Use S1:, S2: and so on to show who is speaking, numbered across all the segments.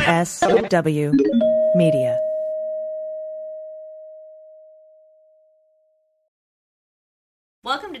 S1: MSW Media.
S2: Welcome to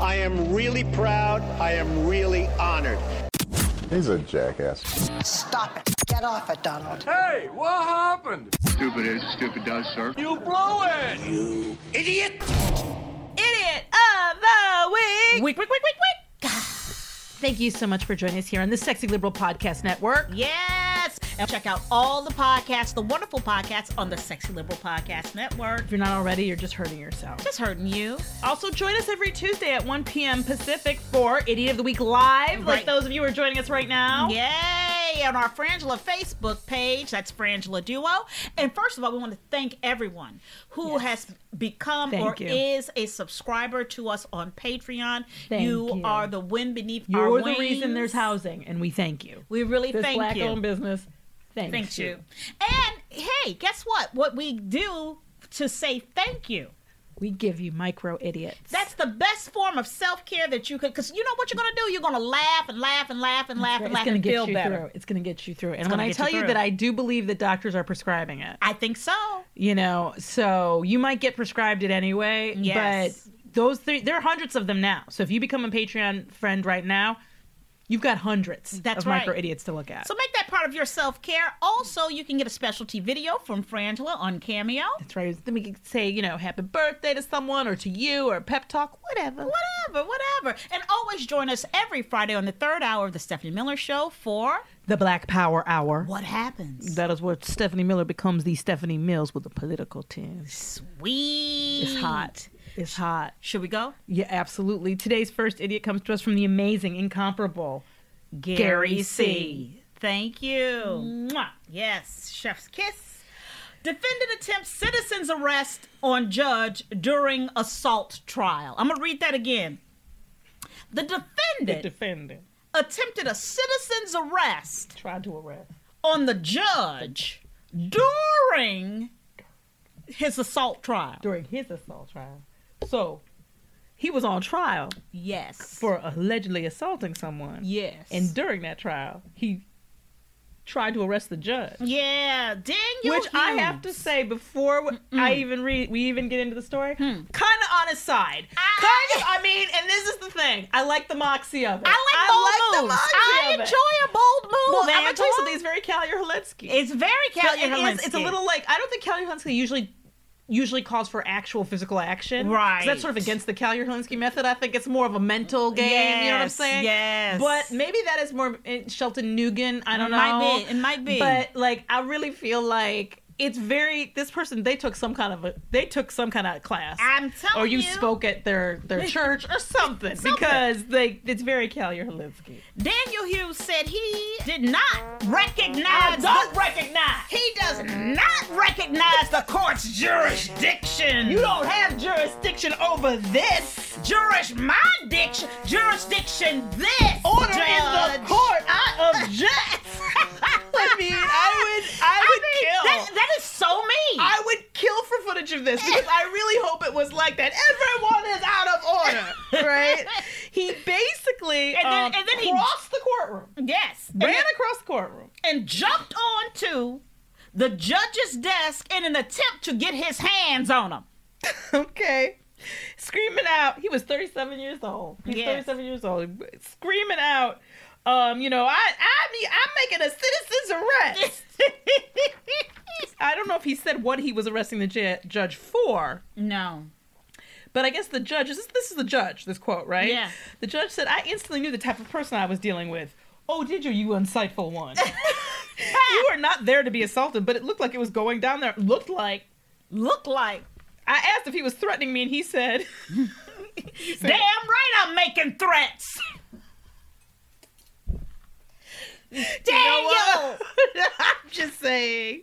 S3: I am really proud. I am really honored.
S4: He's a jackass.
S5: Stop it. Get off it, Donald.
S6: Hey, what happened?
S3: Stupid is, stupid does, sir.
S6: You blow it!
S7: Idiot of the Week. Week, week, week, week, week.
S8: Thank you so much for joining us here on the Sexy Liberal Podcast Network.
S7: Yes. And check out all the podcasts, the wonderful podcasts on the Sexy Liberal Podcast Network.
S8: If you're not already, you're just hurting yourself.
S7: Just hurting you. Also, join us every Tuesday at 1 p.m. Pacific for Idiot of the Week Live,
S8: Like those of you who are joining us right now.
S7: Yay! On our Frangela Facebook page, that's Frangela Duo. And first of all, we want to thank everyone who has become
S8: Thank
S7: or
S8: you.
S7: is a subscriber to us on Patreon.
S8: Thank
S7: you,
S8: you.
S7: are the wind beneath our
S8: You're the
S7: wings.
S8: reason there's housing, and we thank you.
S7: We really
S8: this
S7: thank
S8: black
S7: you.
S8: owned business. Thanks,
S7: Thank you. And hey, guess what? What we do to say thank you.
S8: We give you micro idiots.
S7: That's the best form of self care that you could, because you know what you're gonna do. You're gonna laugh and laugh and laugh and laugh and
S8: it's
S7: laugh
S8: gonna
S7: and
S8: get
S7: feel
S8: you
S7: better.
S8: through. It's gonna get you through. And when
S7: gonna
S8: I
S7: get
S8: tell
S7: you
S8: you
S7: through.
S8: that I do believe that doctors are prescribing it,
S7: I think so.
S8: you know, so you might get prescribed it anyway.
S7: Yes.
S8: But those three, there are hundreds of them now. So if you become a Patreon friend right now, you've got hundreds
S7: That's
S8: of
S7: right.
S8: micro idiots to look at.
S7: So make that part of your self care. Also, you can get a specialty video from Frangela on Cameo.
S8: That's right. Then we could say, you know, happy birthday to someone or to you or pep talk, whatever.
S7: Whatever, whatever. And always join us every Friday on the third hour of the Stephanie Miller Show for
S8: The Black Power Hour.
S7: What Happens.
S8: That is where Stephanie Miller becomes the Stephanie Mills with a political tinge.
S7: Sweet.
S8: It's hot. It's hot.
S7: Should we go?
S8: Yeah, absolutely. Today's first idiot comes to us from the amazing, incomparable Gary C.
S7: Thank you. Mwah. Yes, chef's kiss. Defendant attempts citizen's arrest on judge during assault trial. I'm going to read that again. The defendant
S8: defendant.
S7: attempted a citizen's arrest
S8: Tried to arrest.
S7: on the judge during his assault trial.
S8: during his assault trial. So he was on trial
S7: Yes.
S8: for allegedly assaulting someone.
S7: yes.
S8: And during that trial, he tried to arrest the judge.
S7: yeah, dang you.
S8: Which I
S7: Hughes.
S8: have to say before w- I even read, we even get into the story, kind of on his side. Kind of, I mean, and this is the thing. I like the moxie of it.
S7: I like bold
S8: like
S7: moves.
S8: the moxie
S7: I
S8: of it.
S7: enjoy a bold move.
S8: Well, I'm gonna tell
S7: Angela.
S8: you something. It's very Callier Holinsky.
S7: It's very
S8: But
S7: Kelly
S8: it is, it's a little like I don't think Kelly Holinsky usually usually calls for actual physical action. 'Cause
S7: Right.
S8: That's sort of against the Kelly Holinsky method. I think it's more of a mental game. you know what I'm
S7: Yes,
S8: saying?
S7: yes.
S8: But maybe that is more eh, Shelton Nugan. I don't
S7: It
S8: know.
S7: might be. It might be.
S8: But like I really feel like it's very this person they took some kind of a they took some kind of class
S7: I'm telling
S8: or you,
S7: you.
S8: spoke at their their church or something, because they it's very Kalyer Holinsky.
S7: Daniel Hughes said he did not recognize.
S8: don't
S7: recognize. He does not recognize the court's jurisdiction. You don't have jurisdiction over this. Juris my diction, jurisdiction this.
S8: Order in the court. I object. I mean, I would I would
S7: mean,
S8: kill.
S7: That, that is so mean.
S8: I would kill for footage of this because I really hope it was like that. Everyone is out of order, right? he basically
S7: And then-
S8: um,
S7: and then he-
S8: crossed the courtroom,
S7: yes. And,
S8: ran across the courtroom.
S7: and jumped onto the judge's desk in an attempt to get his hands on him.
S8: Okay. Screaming out. He was 37 years old. He's
S7: Yes.
S8: 37 years old. Screaming out, um, you know, I I mean, I'm making a citizen's arrest. I don't know if he said what he was arresting the ju- judge for,
S7: No.
S8: but I guess the judge is this is the judge, this quote, right?
S7: Yeah.
S8: The judge said, I instantly knew the type of person I was dealing with. Oh, did you, you unsightful one? you were not there to be assaulted, but it looked like it was going down there. Looked like
S7: Look like
S8: I asked if he was threatening me and he said he said,
S7: damn right I'm making threats. Daniel.
S8: I'm just saying.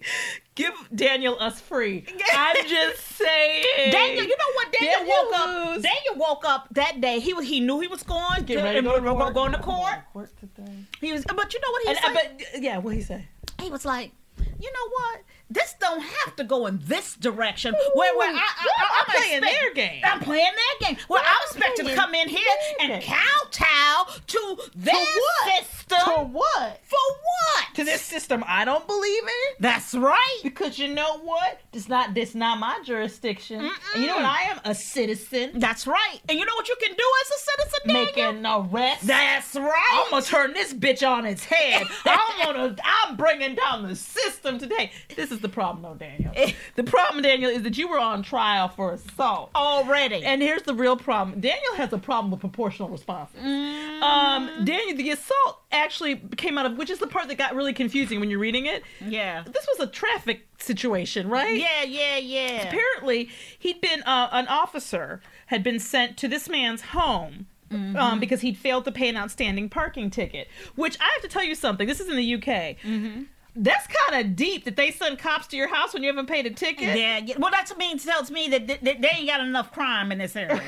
S8: Give Daniel us free. I'm just saying.
S7: Daniel, you know what? Daniel,
S8: Daniel
S7: woke up.
S8: was-
S7: Daniel woke up that day. He was- he knew he was going
S8: Get ready to go to court.
S7: going to court.
S8: today.
S7: He was, but you know what he
S8: And, uh,
S7: said?
S8: but yeah, what he say?
S7: he was like, you know what? This don't have to go in this direction. where where I, I,
S8: Yeah,
S7: I,
S8: I'm playing
S7: expect-
S8: their game.
S7: I'm playing their game. Where I was expected to
S8: playing
S7: come in here
S8: their
S7: and
S8: game.
S7: kowtow to their
S8: what?
S7: system.
S8: For what?
S7: For what?
S8: To this system I don't believe in.
S7: That's right.
S8: Because you know what? It's not this not my jurisdiction. And you know what I am? A citizen.
S7: That's right. And you know what you can do as a citizen, Daniel?
S8: Making an arrest.
S7: That's right.
S8: I'm gonna turn this bitch on its head. I'm gonna, I'm bringing down the system today. This is the problem, though, Daniel. The problem, Daniel, is that you were on trial for assault. Oh,
S7: Already.
S8: And here's the real problem. Daniel has a problem with proportional responses. Um, Daniel, the assault actually came out of, which is the part that got really confusing when you're reading it.
S7: yeah.
S8: This was a traffic situation, right?
S7: Yeah, yeah, yeah.
S8: apparently he'd been uh, an officer had been sent to this man's home um,
S7: Mm-hmm.
S8: because he'd failed to pay an outstanding parking ticket which i have to tell you something this is in the uk
S7: Mm-hmm.
S8: that's kind of deep that they send cops to your house when you haven't paid a ticket
S7: Yeah, yeah. Well, that means tells me that, that, that they ain't got enough crime in this area.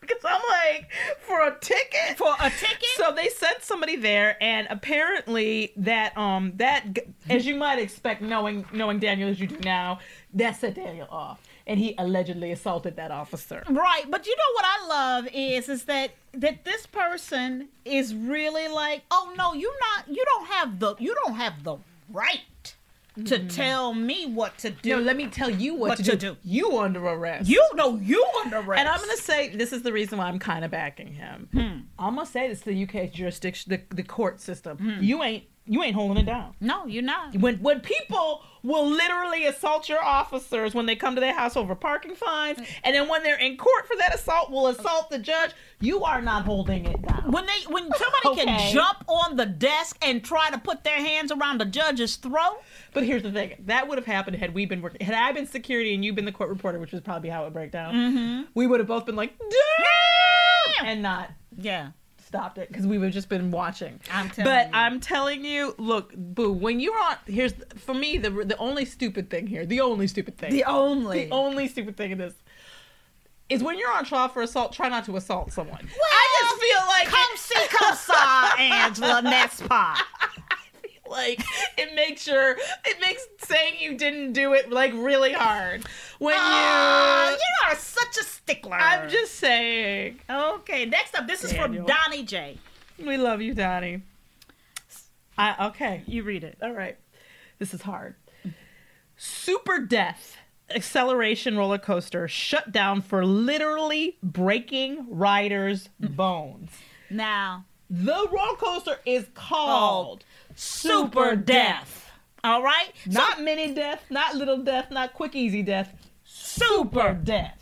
S8: because i'm like for a ticket
S7: For a ticket?
S8: so they sent somebody there and apparently that um that g- as you might expect knowing knowing daniel as you do now that set daniel off and he allegedly assaulted that officer
S7: right. But you know what I love is is that that this person is really like, oh no, you not, you don't have the, you don't have the right to tell me what to do.
S8: Mm-hmm. No, let me tell you what,
S7: What
S8: to,
S7: to
S8: do.
S7: do.
S8: You under arrest.
S7: you know you under arrest.
S8: and I'm gonna say this is the reason why I'm kind of backing him. I'm gonna say this to the UK jurisdiction, the, the court system. You ain't you ain't holding it down.
S7: no, you're not.
S8: When when people will literally assault your officers when they come to their house over parking fines, and then when they're in court for that assault, will assault the judge. You are not holding it down.
S7: When they, when somebody
S8: Okay.
S7: can jump on the desk and try to put their hands around the judge's throat,
S8: But here's the thing: that would have happened had we been working, had I been security and you been the court reporter, which was probably how it break down. We would have both been like, "Damn!" and not
S7: yeah.
S8: stopped it because we would have just been watching.
S7: I'm telling
S8: but
S7: you.
S8: I'm telling you, look, boo. When you're on, here's for me the the only stupid thing here, the only stupid thing,
S7: The only.
S8: the only stupid thing in this is when you're on trial for assault, try not to assault someone. I just feel like
S7: Come see, come saw Angela Nespa.
S8: like it makes your it makes saying you didn't do it like really hard when
S7: Ah,
S8: you.
S7: you are such a stickler.
S8: I'm just saying,
S7: okay. Next up, this is
S8: Daniel.
S7: from Donnie J.
S8: we love you, Donnie. I okay.
S7: You read it.
S8: All right. This is hard. Super death acceleration roller coaster shut down for literally breaking riders' bones.
S7: Now,
S8: The roller coaster is called
S7: super death. All right.
S8: not mini death, not little death, not quick easy death, super death.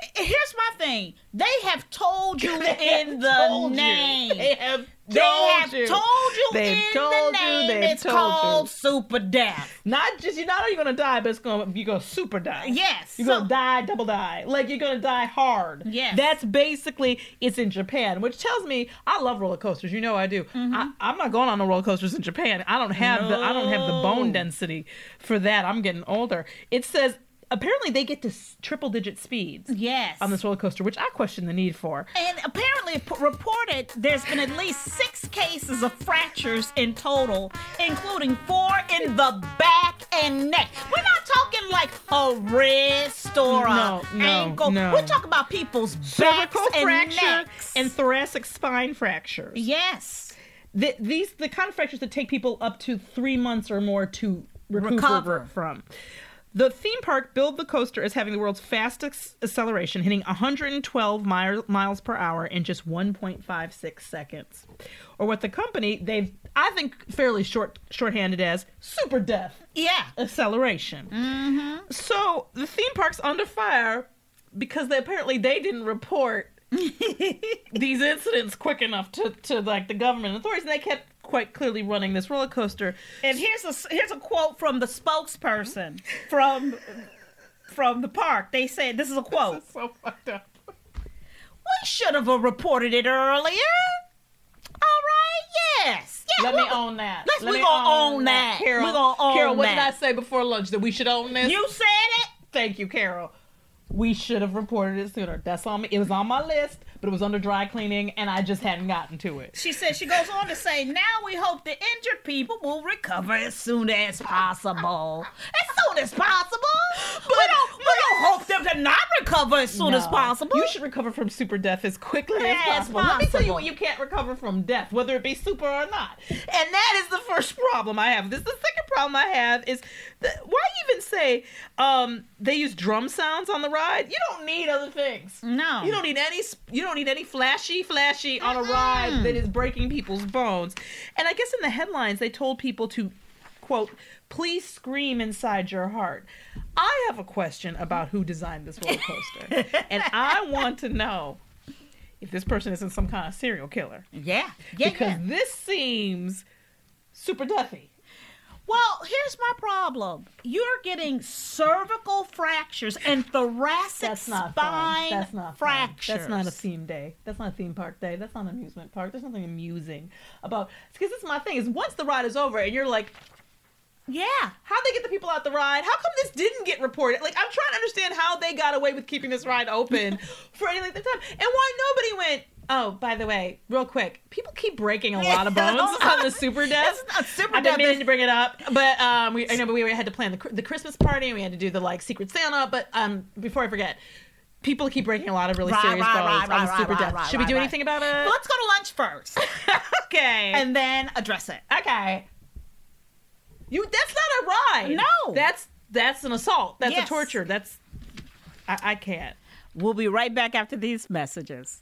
S7: Eh, here's my thing. They have told you
S8: They
S7: in
S8: have
S7: the
S8: told you.
S7: name.
S8: They have
S7: They
S8: told
S7: have
S8: you.
S7: told you
S8: They've
S7: in
S8: told
S7: the
S8: you.
S7: name.
S8: They've
S7: It's
S8: told you.
S7: called super death.
S8: Not just you're not only gonna die, but it's gonna you're gonna super die.
S7: Yes,
S8: You're
S7: so-
S8: gonna die, double die. Like you're gonna die hard.
S7: Yes.
S8: That's basically it's in Japan, which tells me I love roller coasters. You know I do.
S7: Mm-hmm.
S8: I, I'm not going on no roller coasters in Japan. I don't have the I don't have the bone density for that. I'm getting older. It says apparently they get to s- triple digit speeds
S7: Yes.
S8: on this roller coaster, which I question the need for.
S7: And apparently, p- reported there's been at least six cases of fractures in total, including four in the back and neck. We're not talking like a wrist or a
S8: No, no,
S7: ankle.
S8: no.
S7: We're talking about people's backs
S8: Cervical
S7: and
S8: fracture
S7: necks.
S8: and thoracic spine fractures.
S7: yes,
S8: the, these the kind of fractures that take people up to three months or more to recover,
S7: Recover.
S8: from. The theme park billed the coaster as having the world's fastest acceleration, hitting 112 mi- miles per hour in just 1.56 seconds, or what the company they've I think fairly short shorthanded as super death
S7: yeah.
S8: acceleration. Mm-hmm. So the theme park's under fire because they apparently they didn't report these incidents quick enough to, to like the government authorities, and they kept quite clearly running this roller coaster.
S7: And here's a here's a quote from the spokesperson from from the park. They said this is a quote.
S8: So fucked up.
S7: We should have reported it earlier. All right, yes. Yeah,
S8: Let
S7: we-
S8: me own that.
S7: Let's-
S8: Let
S7: we
S8: me
S7: gonna own that.
S8: Carol.
S7: We gonna own
S8: Carol, what
S7: that.
S8: did I say before lunch that we should own this?
S7: You said it.
S8: Thank you, Carol. We should have reported it sooner. That's on me. It was on my list, but it was under dry cleaning, and I just hadn't gotten to it.
S7: She says she goes on to say, now we hope the injured people will recover as soon as possible. As soon as possible. we don't we don't hope them to not recover as soon as
S8: No.
S7: possible.
S8: You should recover from super death as quickly as
S7: As
S8: possible. Let me tell you
S7: possible.
S8: what you can't recover from death, whether it be super or not. And that is the first problem I have. This the second problem I have is that, why even say um, they use drum sounds on the ride? You don't need other things.
S7: No.
S8: You don't need any. sp- You don't need any flashy, flashy on a ride that is breaking people's bones. And I guess in the headlines they told people to quote please scream inside your heart i have a question about who designed this roller coaster and i want to know if this person isn't some kind of serial killer
S7: yeah. Yeah.
S8: because
S7: yeah.
S8: this seems super duffy
S7: Well, here's my problem. You're getting cervical fractures and thoracic spine fractures.
S8: That's not a theme day. That's not a theme park day. That's not an amusement park. There's nothing amusing about. Because this is my thing. Is once the ride is over and you're like,
S7: Yeah.
S8: How'd they get the people out the ride? How come this didn't get reported? Like, I'm trying to understand how they got away with keeping this ride open for any length of time. And why nobody went, oh, by the way, real quick, people keep breaking a lot of bones on the Super Death.
S7: It's not super
S8: I've been
S7: dumb.
S8: meaning to bring it up, but um, we, I know, but we had to plan the, cr- the Christmas party and we had to do the, like, Secret Santa. But um, before I forget, people keep breaking a lot of really
S7: Right,
S8: serious
S7: right,
S8: bones
S7: right,
S8: on the
S7: right,
S8: Super
S7: right,
S8: Death.
S7: right,
S8: Should we
S7: right,
S8: do
S7: right.
S8: anything about
S7: But
S8: it?
S7: Let's go to lunch first
S8: okay.
S7: and then address it.
S8: Okay. You that's not a ride.
S7: No.
S8: That's that's an assault. That's
S7: Yes.
S8: a torture. That's I, I can't.
S7: We'll be right back after these messages.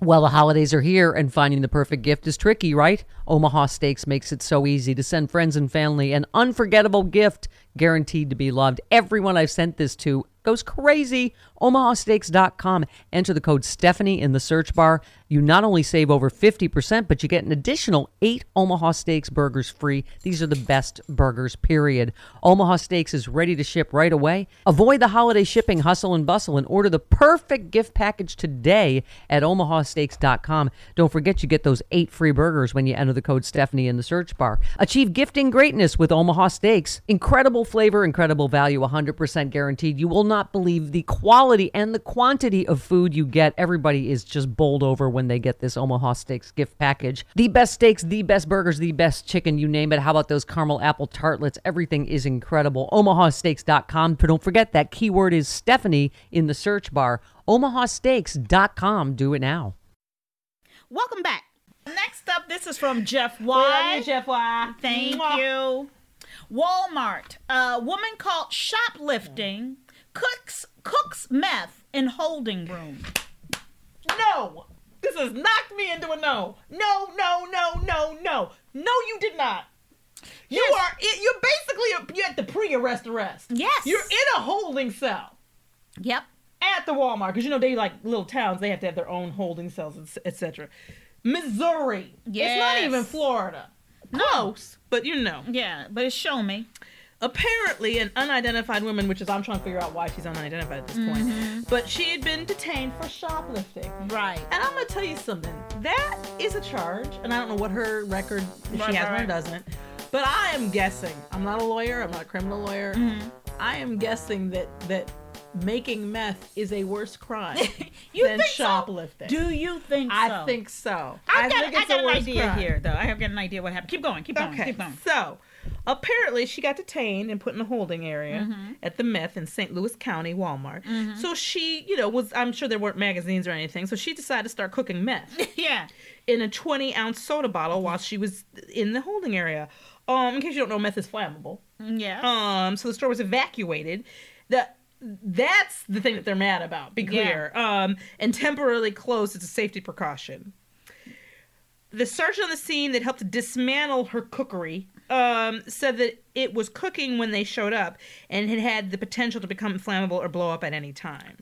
S9: Well, the holidays are here, and finding the perfect gift is tricky, right? Omaha Steaks makes it so easy to send friends and family an unforgettable gift guaranteed to be loved. Everyone I've sent this to goes crazy. OmahaSteaks.com. Enter the code Stephanie in the search bar. You not only save over 50%, but you get an additional eight Omaha Steaks burgers free. These are the best burgers, period. Omaha Steaks is ready to ship right away. Avoid the holiday shipping hustle and bustle and order the perfect gift package today at omahasteaks.com. Don't forget you get those eight free burgers when you enter the code Stephanie in the search bar. Achieve gifting greatness with Omaha Steaks. Incredible flavor, incredible value, 100% guaranteed. You will not believe the quality and the quantity of food you get. Everybody is just bowled over when they get this Omaha Steaks gift package. The best steaks, the best burgers, the best chicken, you name it. How about those caramel apple tartlets? Everything is incredible. omahasteaks.com. But don't forget that keyword is Stephanie in the search bar. omahasteaks.com. Do it now.
S7: Welcome back. Next up, this is from Jeff
S8: We
S7: Y.
S8: love you, Jeff Y.
S7: Thank
S8: Mwah.
S7: you. Walmart. A woman caught shoplifting cooks cooks meth in holding room.
S8: No. This has knocked me into a no. No, no, no, no, no. No, you did not. You
S7: Yes.
S8: are it, you're basically a, you're at the pre-arrest arrest.
S7: Yes.
S8: You're in a holding cell.
S7: Yep.
S8: at the Walmart because you know they like little towns. They have to have their own holding cells, etc. Missouri. It's not
S7: Yes.
S8: even Florida. Close, but you know.
S7: Oh, Yeah, but it's show me.
S8: Apparently, an unidentified woman, which is I'm trying to figure out why she's unidentified at this point, but she had been detained for shoplifting.
S7: Right.
S8: And I'm gonna tell you something. That is a charge, and I don't know what her record if
S7: Right,
S8: she
S7: right,
S8: has one or
S7: right.
S8: doesn't. But I am guessing. I'm not a lawyer. I'm not a criminal lawyer. I am guessing that that making meth is a worse crime
S7: You
S8: than
S7: think so?
S8: shoplifting.
S7: Do you think
S8: I
S7: so?
S8: think so.
S7: I've got,
S8: think
S7: I
S8: it's
S7: got
S8: a
S7: an
S8: worse
S7: idea
S8: crime.
S7: here, though. I have got an idea what happened. Keep going. Keep going.
S8: Okay.
S7: Keep going.
S8: So, apparently, she got detained and put in a holding area
S7: Mm-hmm.
S8: at the meth in St. Louis County Walmart. So she, you know, was I'm sure there weren't magazines or anything. So she decided to start cooking meth
S7: Yeah.
S8: in a 20 ounce soda bottle while she was in the holding area. Um, in case you don't know, meth is flammable.
S7: Mm, Yeah.
S8: Um, so the store was evacuated. The that's the thing that they're mad about. Be clear. Um, and temporarily closed as a safety precaution. The sergeant on the scene that helped dismantle her cookery um, said that it was cooking when they showed up and it had the potential to become flammable or blow up at any time.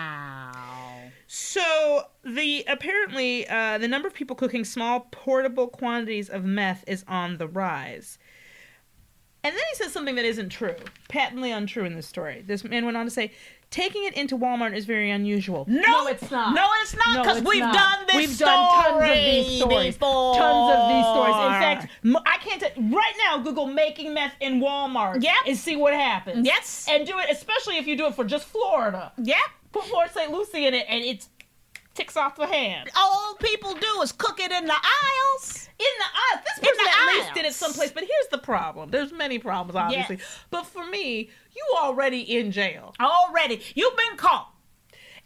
S7: wow.
S8: So the apparently uh, the number of people cooking small portable quantities of meth is on the rise. And then he says something that isn't true, patently untrue in this story. This man went on to say, "Taking it into Walmart is very unusual."
S7: No, it's not. No, it's not.
S8: No,
S7: Because
S8: it's
S7: we've
S8: not.
S7: done this.
S8: We've done tons of these
S7: story
S8: stories.
S7: Before.
S8: Tons of these stories. In fact, m- I can't. T- right now, Google making meth in Walmart.
S7: Yep.
S8: And see what happens.
S7: Yes.
S8: And do it, especially if you do it for just Florida.
S7: yep.
S8: Put Florida St. Lucie in it, and it ticks off the hand.
S7: All people do is cook it in the aisles.
S8: in the aisle. This
S7: In
S8: person
S7: the
S8: at
S7: aisles.
S8: least did it someplace. But here's the problem. There's many problems, obviously. But for me, you already in jail.
S7: Already, you've been caught.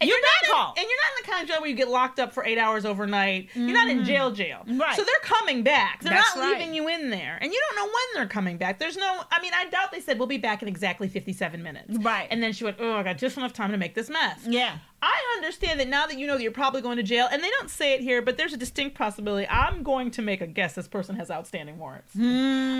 S8: And
S7: You're not
S8: in-
S7: caught.
S8: and you're not in the kind of jail where you get locked up for eight hours overnight. You're not in jail, jail.
S7: Mm-hmm. Right.
S8: So they're coming back. They're
S7: That's
S8: not
S7: right.
S8: leaving you in there, and you don't know when they're coming back. There's no. I mean, I doubt they said we'll be back in exactly 57 minutes.
S7: Right.
S8: And then she went, "Oh, I got just enough time to make this mess."
S7: Yeah.
S8: I understand that now that you know that you're probably going to jail, and they don't say it here, but there's a distinct possibility. I'm going to make a guess this person has outstanding warrants.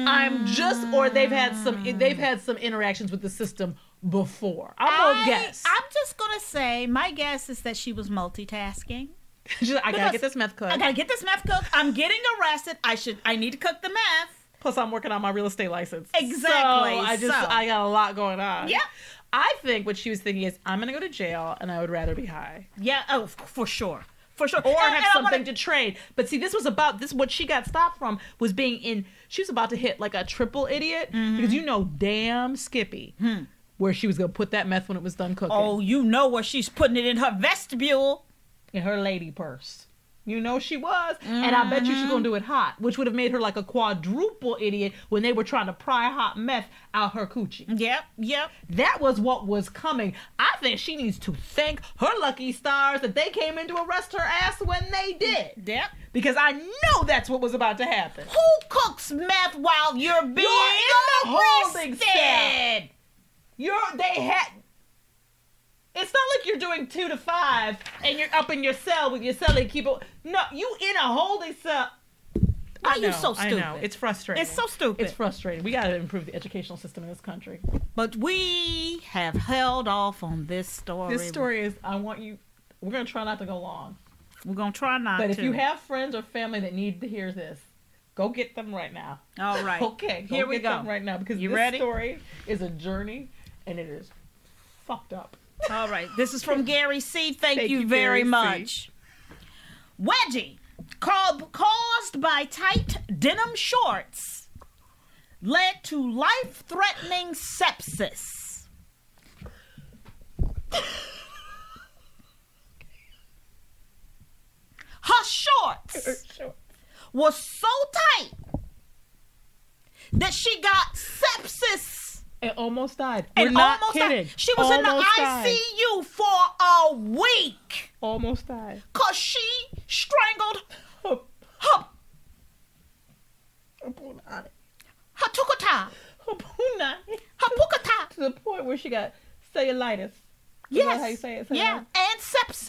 S8: I'm just, or they've had some, they've had some interactions with the system before. I'm gonna guess.
S7: I'm just gonna say my guess is that she was multitasking.
S8: She's like, I gotta
S7: Because
S8: get this meth
S7: I
S8: cooked.
S7: gotta get this meth cooked. I'm getting arrested. I should. I need to cook the meth.
S8: Plus, I'm working on my real estate license.
S7: Exactly,
S8: So I just,
S7: so.
S8: I got a lot going on.
S7: Yep.
S8: I think what she was thinking is, I'm gonna go to jail, and I would rather be high.
S7: Yeah. Oh, f- for sure. For sure.
S8: or have something
S7: to
S8: to trade. But see, this was about this. What she got stopped from was being in. She was about to hit like a triple idiot
S7: Mm-hmm.
S8: because you know, damn Skippy, where she was gonna put that meth when it was done cooking
S7: Hmm. Oh, you know where she's putting it in her vestibule.
S8: in her lady purse. You know she was, and I bet you
S7: Mm-hmm.
S8: she's gonna do it hot, which would have made her like a quadruple idiot when they were trying to pry hot meth out her coochie.
S7: Yep, yep.
S8: That was what was coming. I think she needs to thank her lucky stars that they came in to arrest her ass when they did.
S7: Yep.
S8: Because I know that's what was about to happen.
S7: Who cooks meth while you're being
S8: in the holding
S7: arrested?
S8: cell. You're they had it's not like you're doing two to five and you're up in your cell with your cellie keeper. No, you in a holding cell.
S7: Why
S8: I
S7: are
S8: know,
S7: you so
S8: I
S7: stupid?
S8: know. It's frustrating.
S7: It's so stupid.
S8: It's frustrating. We gotta improve the educational system in this country.
S7: but we have held off on this story.
S8: This story is I want you we're gonna try not to go long.
S7: We're gonna try not
S8: But
S7: to.
S8: if you have friends or family that need to hear this, go get them right now.
S7: all right.
S8: Okay,
S7: Here we
S8: get them
S7: go.
S8: right now because
S7: You
S8: this
S7: ready?
S8: story is a journey and it is fucked up.
S7: All right. This is from Gary C. Thank,
S8: Thank
S7: you,
S8: you,
S7: very
S8: Gary C.
S7: much. Wedgie, called, caused by tight denim shorts, led to life threatening sepsis. Her shorts was so tight that she got sepsis
S8: It almost died.
S7: and
S8: We're not
S7: almost died.
S8: kidding.
S7: She was
S8: Almost
S7: in
S8: died.
S7: the ICU for a week
S8: Almost died.
S7: because she strangled
S8: Her,
S7: her,
S8: her punani.
S7: her tukata,
S8: Her punani.
S7: her pukata.
S8: To the point where she got cellulitis. Is that
S7: Yes.
S8: how you say it?
S7: yeah,
S8: Cellulitis?
S7: and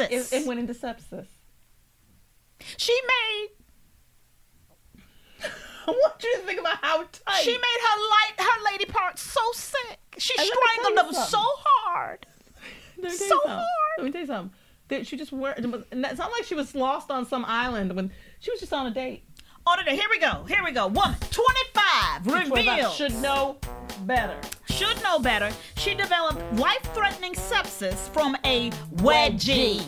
S7: sepsis.
S8: It, it went into sepsis.
S7: she made
S8: I want you to think about how tight.
S7: she made her light her lady parts so sick. She
S8: And let me tell
S7: strangled
S8: you
S7: them so
S8: something.
S7: hard
S8: Let me tell you
S7: So
S8: something.
S7: hard.
S8: Let me tell you something. That she just wear. it was- It's not like she was lost on some island when she was just on a date.
S7: On today, Oh, here we go. Here we go. Woman, 25, revealed.
S8: Should know better.
S7: should know better. She developed life-threatening sepsis from a wedgie.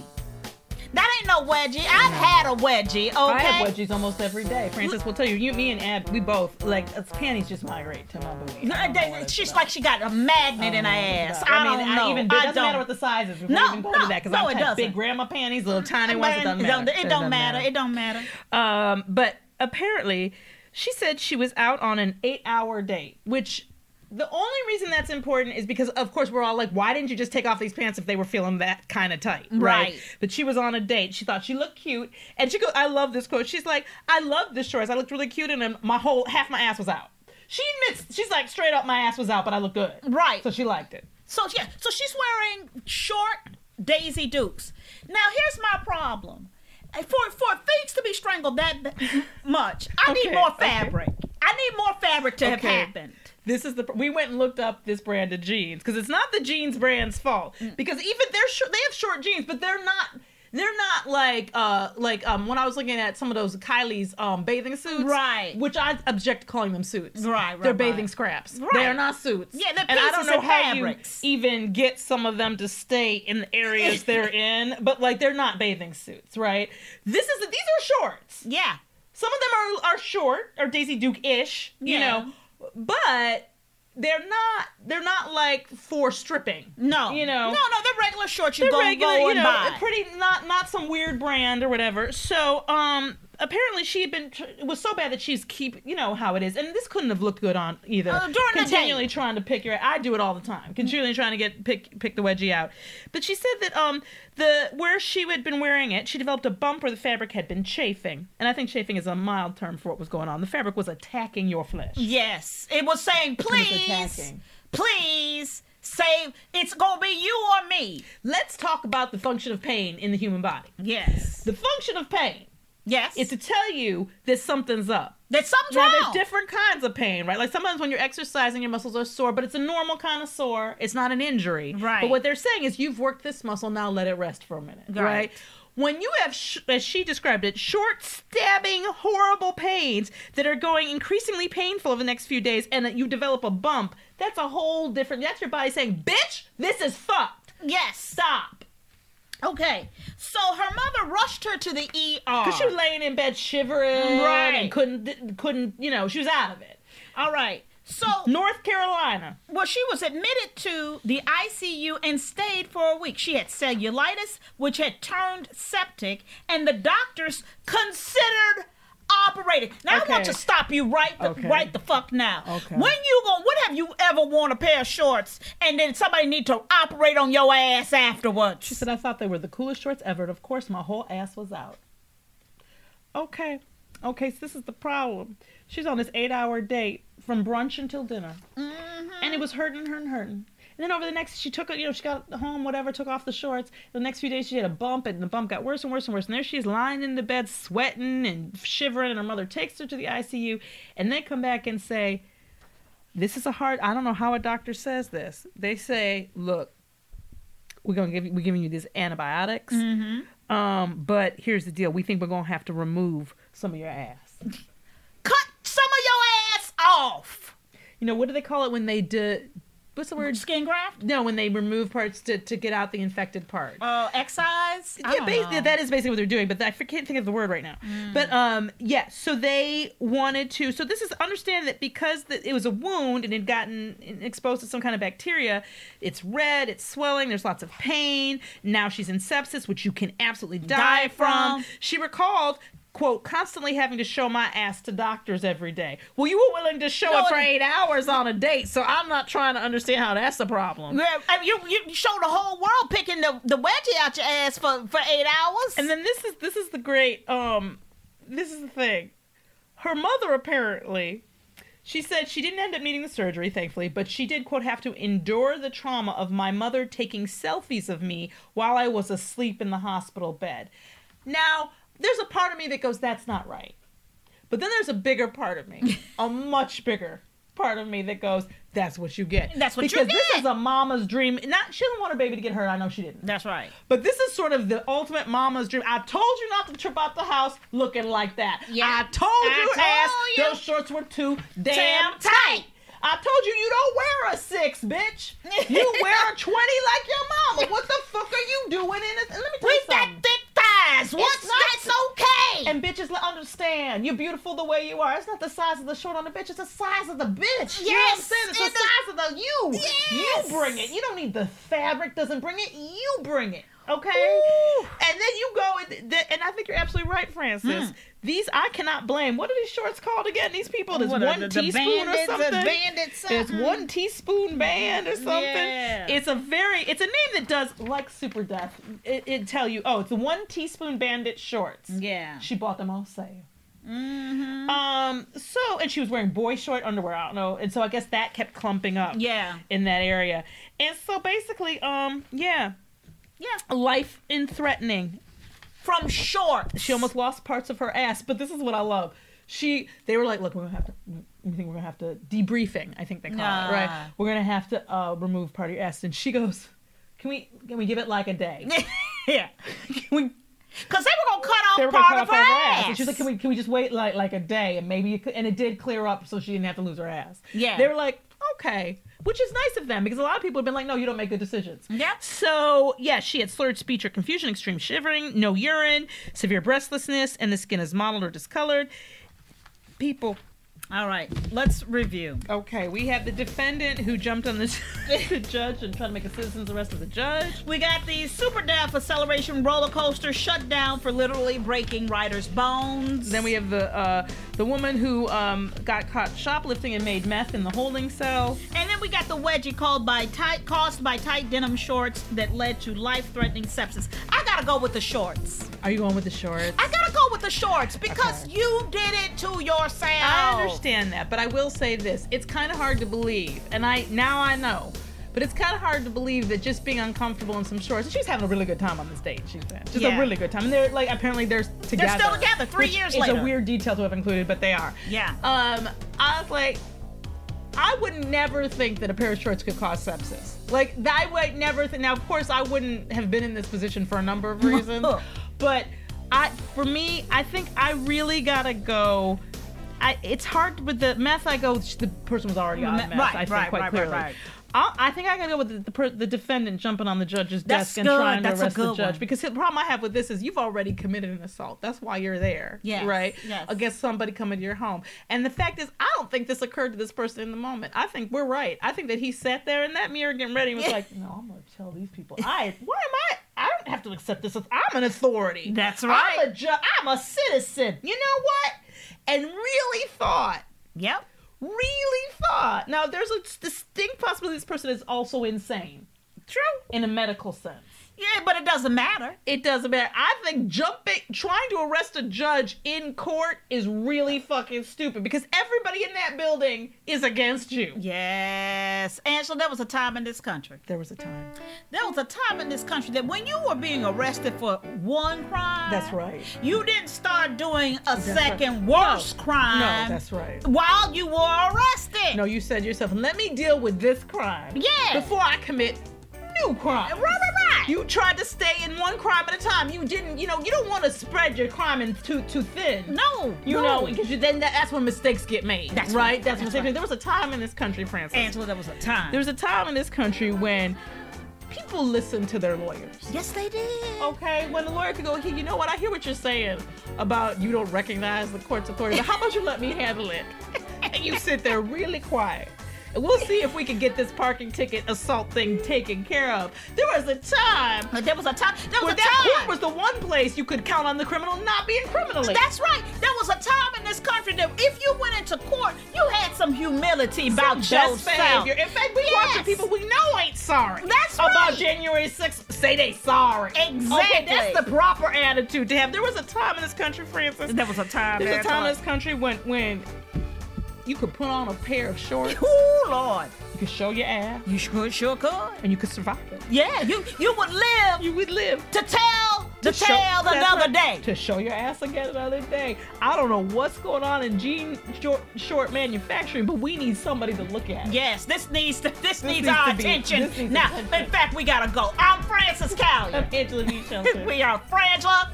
S7: That ain't no wedgie. I've had a wedgie. Okay.
S8: I have wedgies almost every day. Francis will tell you. You, me, and Ab, we both like it's panties just migrate to my booty. I don't know what it's
S7: She's
S8: about.
S7: like she got a magnet in her ass. I,
S8: mean,
S7: don't know.
S8: even, it
S7: I
S8: doesn't
S7: don't.
S8: matter what the size is. Before
S7: No,
S8: we even go
S7: no,
S8: to that, 'cause
S7: no,
S8: I've
S7: it
S8: had
S7: doesn't.
S8: Big grandma panties, little tiny ones.
S7: Man,
S8: It doesn't
S7: it
S8: matter.
S7: don't, it don't matter. It don't matter.
S8: Um, but apparently, she said she was out on an eight-hour date, which the only reason that's important is because, of course, we're all like, why didn't you just take off these pants if they were feeling that kind of tight, right?
S7: Right.
S8: But she was on a date. She thought she looked cute, and she go, I love this quote. She's like, I love this shorts. I looked really cute, and um, my whole half my ass was out. She admits she's like straight up, my ass was out, but I looked good,
S7: Right.
S8: So she liked it.
S7: So yeah, so she's wearing short Daisy Dukes. Now here's my problem. Uh, For for things to be strangled that b- much, I need
S8: Okay,
S7: more
S8: okay.
S7: fabric. I need more fabric to have
S8: Okay.
S7: happened.
S8: This is the we went and looked up this brand of jeans because it's not the jeans brand's fault
S7: Mm.
S8: because even they're short, they have short jeans but they're not they're not like uh like um when I was looking at some of those Kylie's um bathing suits
S7: Right.
S8: which I object to calling them suits
S7: Right, right,
S8: they're bathing
S7: right.
S8: scraps
S7: Right.
S8: they are not suits
S7: Yeah, they're
S8: and I
S7: pieces
S8: don't know
S7: of
S8: how
S7: fabrics.
S8: you even get some of them to stay in the areas they're in but like they're not bathing suits right this is these are shorts
S7: Yeah.
S8: some of them are are short or Daisy Duke ish, you
S7: Yeah.
S8: know, but they're not they're not like for stripping.
S7: No.
S8: you know,
S7: No, no, they're regular shorts you
S8: they're
S7: go,
S8: regular,
S7: go
S8: you
S7: and
S8: know,
S7: buy.
S8: pretty not not some weird brand or whatever. So, um, apparently she had been tr- it was so bad that she's keep you know how it is, and this couldn't have looked good on either.
S7: Uh, during the
S8: continually
S7: date.
S8: trying to pick your, I do it all the time. Continually trying to get pick pick the wedgie out, but she said that um the where she had been wearing it, she developed a bump where the fabric had been chafing, and I think chafing is a mild term for what was going on. The fabric was attacking your flesh.
S7: yes, it was saying please,
S8: attacking.
S7: please save. It's gonna be you or me.
S8: Let's talk about the function of pain in the human body.
S7: Yes.
S8: The function of pain
S7: Yes.
S8: is to tell you that something's up.
S7: that something's
S8: Now
S7: wrong.
S8: there's different kinds of pain, right? Like sometimes when you're exercising, your muscles are sore, but it's a normal kind of sore. It's not an injury,
S7: Right.
S8: But what they're saying is you've worked this muscle, now let it rest for a minute, right?
S7: Right.
S8: When you have, sh- as she described it, short, stabbing, horrible pains that are going increasingly painful over the next few days, and that you develop a bump, that's a whole different. That's your body saying, "Bitch, this is fucked.
S7: Yes.
S8: Stop."
S7: Okay. So her mother rushed her to the ER.
S8: Because she was laying in bed shivering,
S7: Right.
S8: And couldn't, couldn't, you know, she was out of it.
S7: All right. So,
S8: North Carolina.
S7: well, she was admitted to the ICU and stayed for a week. She had cellulitis, which had turned septic, and the doctors considered operating. Now I
S8: Okay.
S7: want to stop you right the,
S8: Okay.
S7: right the fuck now.
S8: Okay.
S7: When you going when have you ever worn a pair of shorts and then somebody need to operate on your ass afterwards?
S8: Said I thought they were the coolest shorts ever, and of course my whole ass was out. Okay. Okay, so this is the problem. She's on this eight hour date from brunch until dinner. And it was hurting, hurting, hurting. And then over the next, she took, a- you know, she got home, whatever, took off the shorts. The next few days, she had a bump, and the bump got worse and worse and worse. And there she is lying in the bed, sweating and shivering. And her mother takes her to the ICU. And they come back and say, This is a hard, I don't know how a doctor says this. They say, Look, we're gonna give you, we're giving you these antibiotics.
S7: Mm-hmm.
S8: Um, but here's the deal: we think we're gonna have to remove some of your ass.
S7: Cut some of your ass off.
S8: You know what do they call it when they do? What's the word?
S7: Skin graft?
S8: No, when they remove parts to, to get out the infected part.
S7: Uh, excise? I
S8: yeah,
S7: don't
S8: bas-
S7: know. Mm.
S8: that is basically what they're doing, but I for- can't think of the word right now. But um, yeah, so they wanted to. So this is understand that because the, it was a wound and it had gotten exposed to some kind of bacteria, it's red, it's swelling, there's lots of pain. Now she's in sepsis, which you can absolutely
S7: Die
S8: die, from.
S7: from.
S8: She recalled. "Quote: Constantly having to show my ass to doctors every day. Well, you were willing to show
S7: No,
S8: it for
S7: it-
S8: eight hours on a date, so I'm not trying to understand how that's a problem.
S7: Yeah, I mean, you you show the whole world picking the, the wedgie out your ass for, for eight hours.
S8: And then this is this is the great um this is the thing. Her mother apparently she said she didn't end up needing the surgery, thankfully, but she did quote have to endure the trauma of my mother taking selfies of me while I was asleep in the hospital bed. Now, there's a part of me that goes that's not right. But then there's a bigger part of me, a much bigger part of me that goes, "That's what you get."
S7: That's what you
S8: because this
S7: get.
S8: is a mama's dream. Not she didn't want her baby to get hurt. I know she didn't.
S7: That's right.
S8: But this is sort of the ultimate mama's dream. I told you not to trip out the house looking like that.
S7: Yeah.
S8: I told
S7: I
S8: you,
S7: told
S8: ass,
S7: you.
S8: those shorts were too damn,
S7: Damn
S8: tight.
S7: tight.
S8: I told you you don't wear a six, bitch. You wear a twenty like your mama. What the fuck are you doing in it? And let me tell you
S7: With that
S8: something.
S7: thick thighs. What's
S8: not-
S7: that's okay?
S8: And bitches, let understand. You're beautiful the way you are. It's not the size of the short on the bitch. It's the size of the bitch. you know what I'm
S7: Yes,
S8: saying? It's the,
S7: and
S8: size of the you.
S7: Yes.
S8: You bring it. You don't need the fabric. Doesn't bring it. You bring it. Okay. And then you go and th- and I think you're absolutely right,
S7: Hmm. Mm.
S8: Francis. These I cannot blame. What are these shorts called again? These people. There's
S7: What are
S8: one
S7: the- the
S8: teaspoon
S7: bandits,
S8: or
S7: the
S8: something.
S7: bandits, uh-huh.
S8: It's
S7: something.
S8: one teaspoon band or something.
S7: Yeah.
S8: It's a very. It's a name that does like super death. It, it tell you. Oh, it's the one teaspoon bandit shorts.
S7: yeah.
S8: She bought them on sale. Mm-hmm. Um. So, and she was wearing boy short underwear. I don't know. And so, I guess that kept clumping up.
S7: Yeah.
S8: In that area, and so basically, um, yeah, yeah, life in threatening.
S7: From short.
S8: She almost lost parts of her ass, but this is what I love. She, they were like, look, we're gonna have to. We think we're gonna have to debriefing. I think they call
S7: Nah.
S8: it right. We're gonna have to uh, remove part of your ass. And she goes, can we? Can we give it like a day?
S7: yeah. we, Cause they were gonna cut off
S8: they were
S7: part
S8: gonna
S7: of
S8: cut off
S7: her
S8: all
S7: ass.
S8: And she was like, "Can we can we just wait like like a day and maybe it could, and it did clear up, so she didn't have to lose her ass."
S7: Yeah.
S8: they were like, "Okay," which is nice of them because a lot of people have been like, "No, you don't make good decisions."
S7: Yep.
S8: So yeah, she had slurred speech or confusion, extreme shivering, no urine, severe breathlessness, and the skin is mottled or discolored. People.
S7: All right, let's review.
S8: Okay, we have the defendant who jumped on the, the judge and tried to make a citizen's arrest of the judge.
S7: We got the super death acceleration roller coaster shut down for literally breaking Ryder's bones.
S8: Then we have the uh, the woman who um, got caught shoplifting and made meth in the holding cell.
S7: and then we got the wedgie called by tight caused by tight denim shorts that led to life-threatening sepsis. I gotta go with the shorts.
S8: Are you going with the shorts?
S7: I gotta go with the shorts because you did it to yourself.
S8: I understand that, but I will say this: it's kind of hard to believe, and I now I know. But it's kind of hard to believe that just being uncomfortable in some shorts. And she was having a really good time on this date. She said, just
S7: Yeah.
S8: a really good time. And they're like, apparently they're together.
S7: still together three
S8: which
S7: years
S8: is
S7: later.
S8: a weird detail to have included, but they are.
S7: Yeah.
S8: Um, I was like, I would never think that a pair of shorts could cause sepsis. Like, th- I would never think. Now, of course, I wouldn't have been in this position for a number of reasons, but I, for me, I think I really gotta go. I, it's hard with the meth. I go. sh- The person was already on
S7: Mm, Me-
S8: meth.
S7: right,
S8: I think
S7: right,
S8: quite
S7: right, right,
S8: clearly.
S7: right.
S8: I'll, I think I gotta go with the, the, per, the defendant jumping on the judge's
S7: That's
S8: desk and
S7: good.
S8: trying
S7: That's a
S8: to arrest the
S7: good
S8: judge
S7: one.
S8: because the problem I have with this is you've already committed an assault. That's why you're there.
S7: Yes,
S8: Right.
S7: yes.
S8: Against somebody coming to your home. And the fact is, I don't think this occurred to this person in the moment. I think we're right. I think that he sat there in that mirror getting ready and was like, "No, I'm gonna tell these people. I why am I? I don't have to accept this. I'm an authority.
S7: That's
S8: I'm
S7: right.
S8: a ju- I'm a citizen. You know what? And really thought
S7: Yep.
S8: really thought. Now, there's a distinct possibility this person is also insane
S7: True.
S8: in a medical sense.
S7: Yeah, but it doesn't matter.
S8: It doesn't matter. I think jumping, trying to arrest a judge in court is really fucking stupid because everybody in that building is against you.
S7: Yes, Angela, there was a time in this country.
S8: There was a time.
S7: There was a time in this country that when you were being arrested for one crime,
S8: That's right.
S7: You didn't start doing a second worse crime.
S8: No, that's right.
S7: While you were arrested.
S8: No, you said yourself, let me deal with this crime.
S7: Yeah.
S8: Before I commit new crime.
S7: Right, right, right.
S8: You tried to stay in one crime at a time. You didn't, you know, you don't want to spread your crime in too too thin.
S7: No,
S8: you
S7: no.
S8: know, because you, then that, that's when mistakes get made.
S7: That's
S8: right.
S7: right,
S8: That's,
S7: that's
S8: mistakes.
S7: right.
S8: There was a time in this country, Francis.
S7: Angela, there was a time.
S8: there was a time in this country when people listened to their lawyers.
S7: yes, they did.
S8: Okay, when the lawyer could go, hey, you know what? I hear what you're saying about you don't recognize the court's authority, but how about you let me handle it? And you sit there really quiet. And we'll see if we can get this parking ticket assault thing taken care of. There was a time
S7: But there was a time. There was
S8: where
S7: a
S8: that
S7: time.
S8: court was the one place you could count on the criminal not being criminally.
S7: That's right. There was a time in this country that if you went into court, you had some humility about
S8: just
S7: yourself.
S8: behavior. In fact, we
S7: Yes.
S8: watching people we know ain't sorry.
S7: That's
S8: about
S7: right.
S8: January 6th. Say they sorry. Okay, that's
S7: Exactly.
S8: the proper attitude to have. There was a time in this country, Francis.
S7: There was a time.
S8: There's
S7: man,
S8: a time in
S7: Lord.
S8: this country when when you could put on a pair of shorts,
S7: Ooh, Lord.
S8: you could show your ass,
S7: You sure, sure could.
S8: and you could survive it.
S7: Yeah, you you would live
S8: You would live.
S7: to tell The
S8: show-
S7: tales
S8: that's
S7: another
S8: right.
S7: day.
S8: To show your ass again another day. I don't know what's going on in jean short, short manufacturing, but we need somebody to look at.
S7: Yes, this needs to, this, needs,
S8: needs
S7: our
S8: to be-
S7: attention.
S8: this needs
S7: now,
S8: attention.
S7: in fact, we gotta go. I'm Francis Callier.
S8: I'm Angela B. Shelton.
S7: we are Frangela.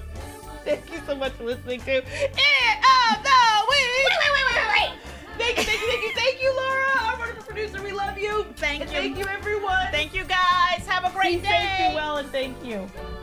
S8: Thank you so much for listening to It
S7: Oh,
S8: of the Week. Wait, wait, wait, wait, wait. Thank you, thank you, thank you, thank you, Laura, our wonderful producer. We love you.
S7: Thank
S8: And
S7: you.
S8: Thank you, everyone.
S7: Thank you guys. Have a great
S8: Be
S7: day.
S8: safe, be well, and thank you.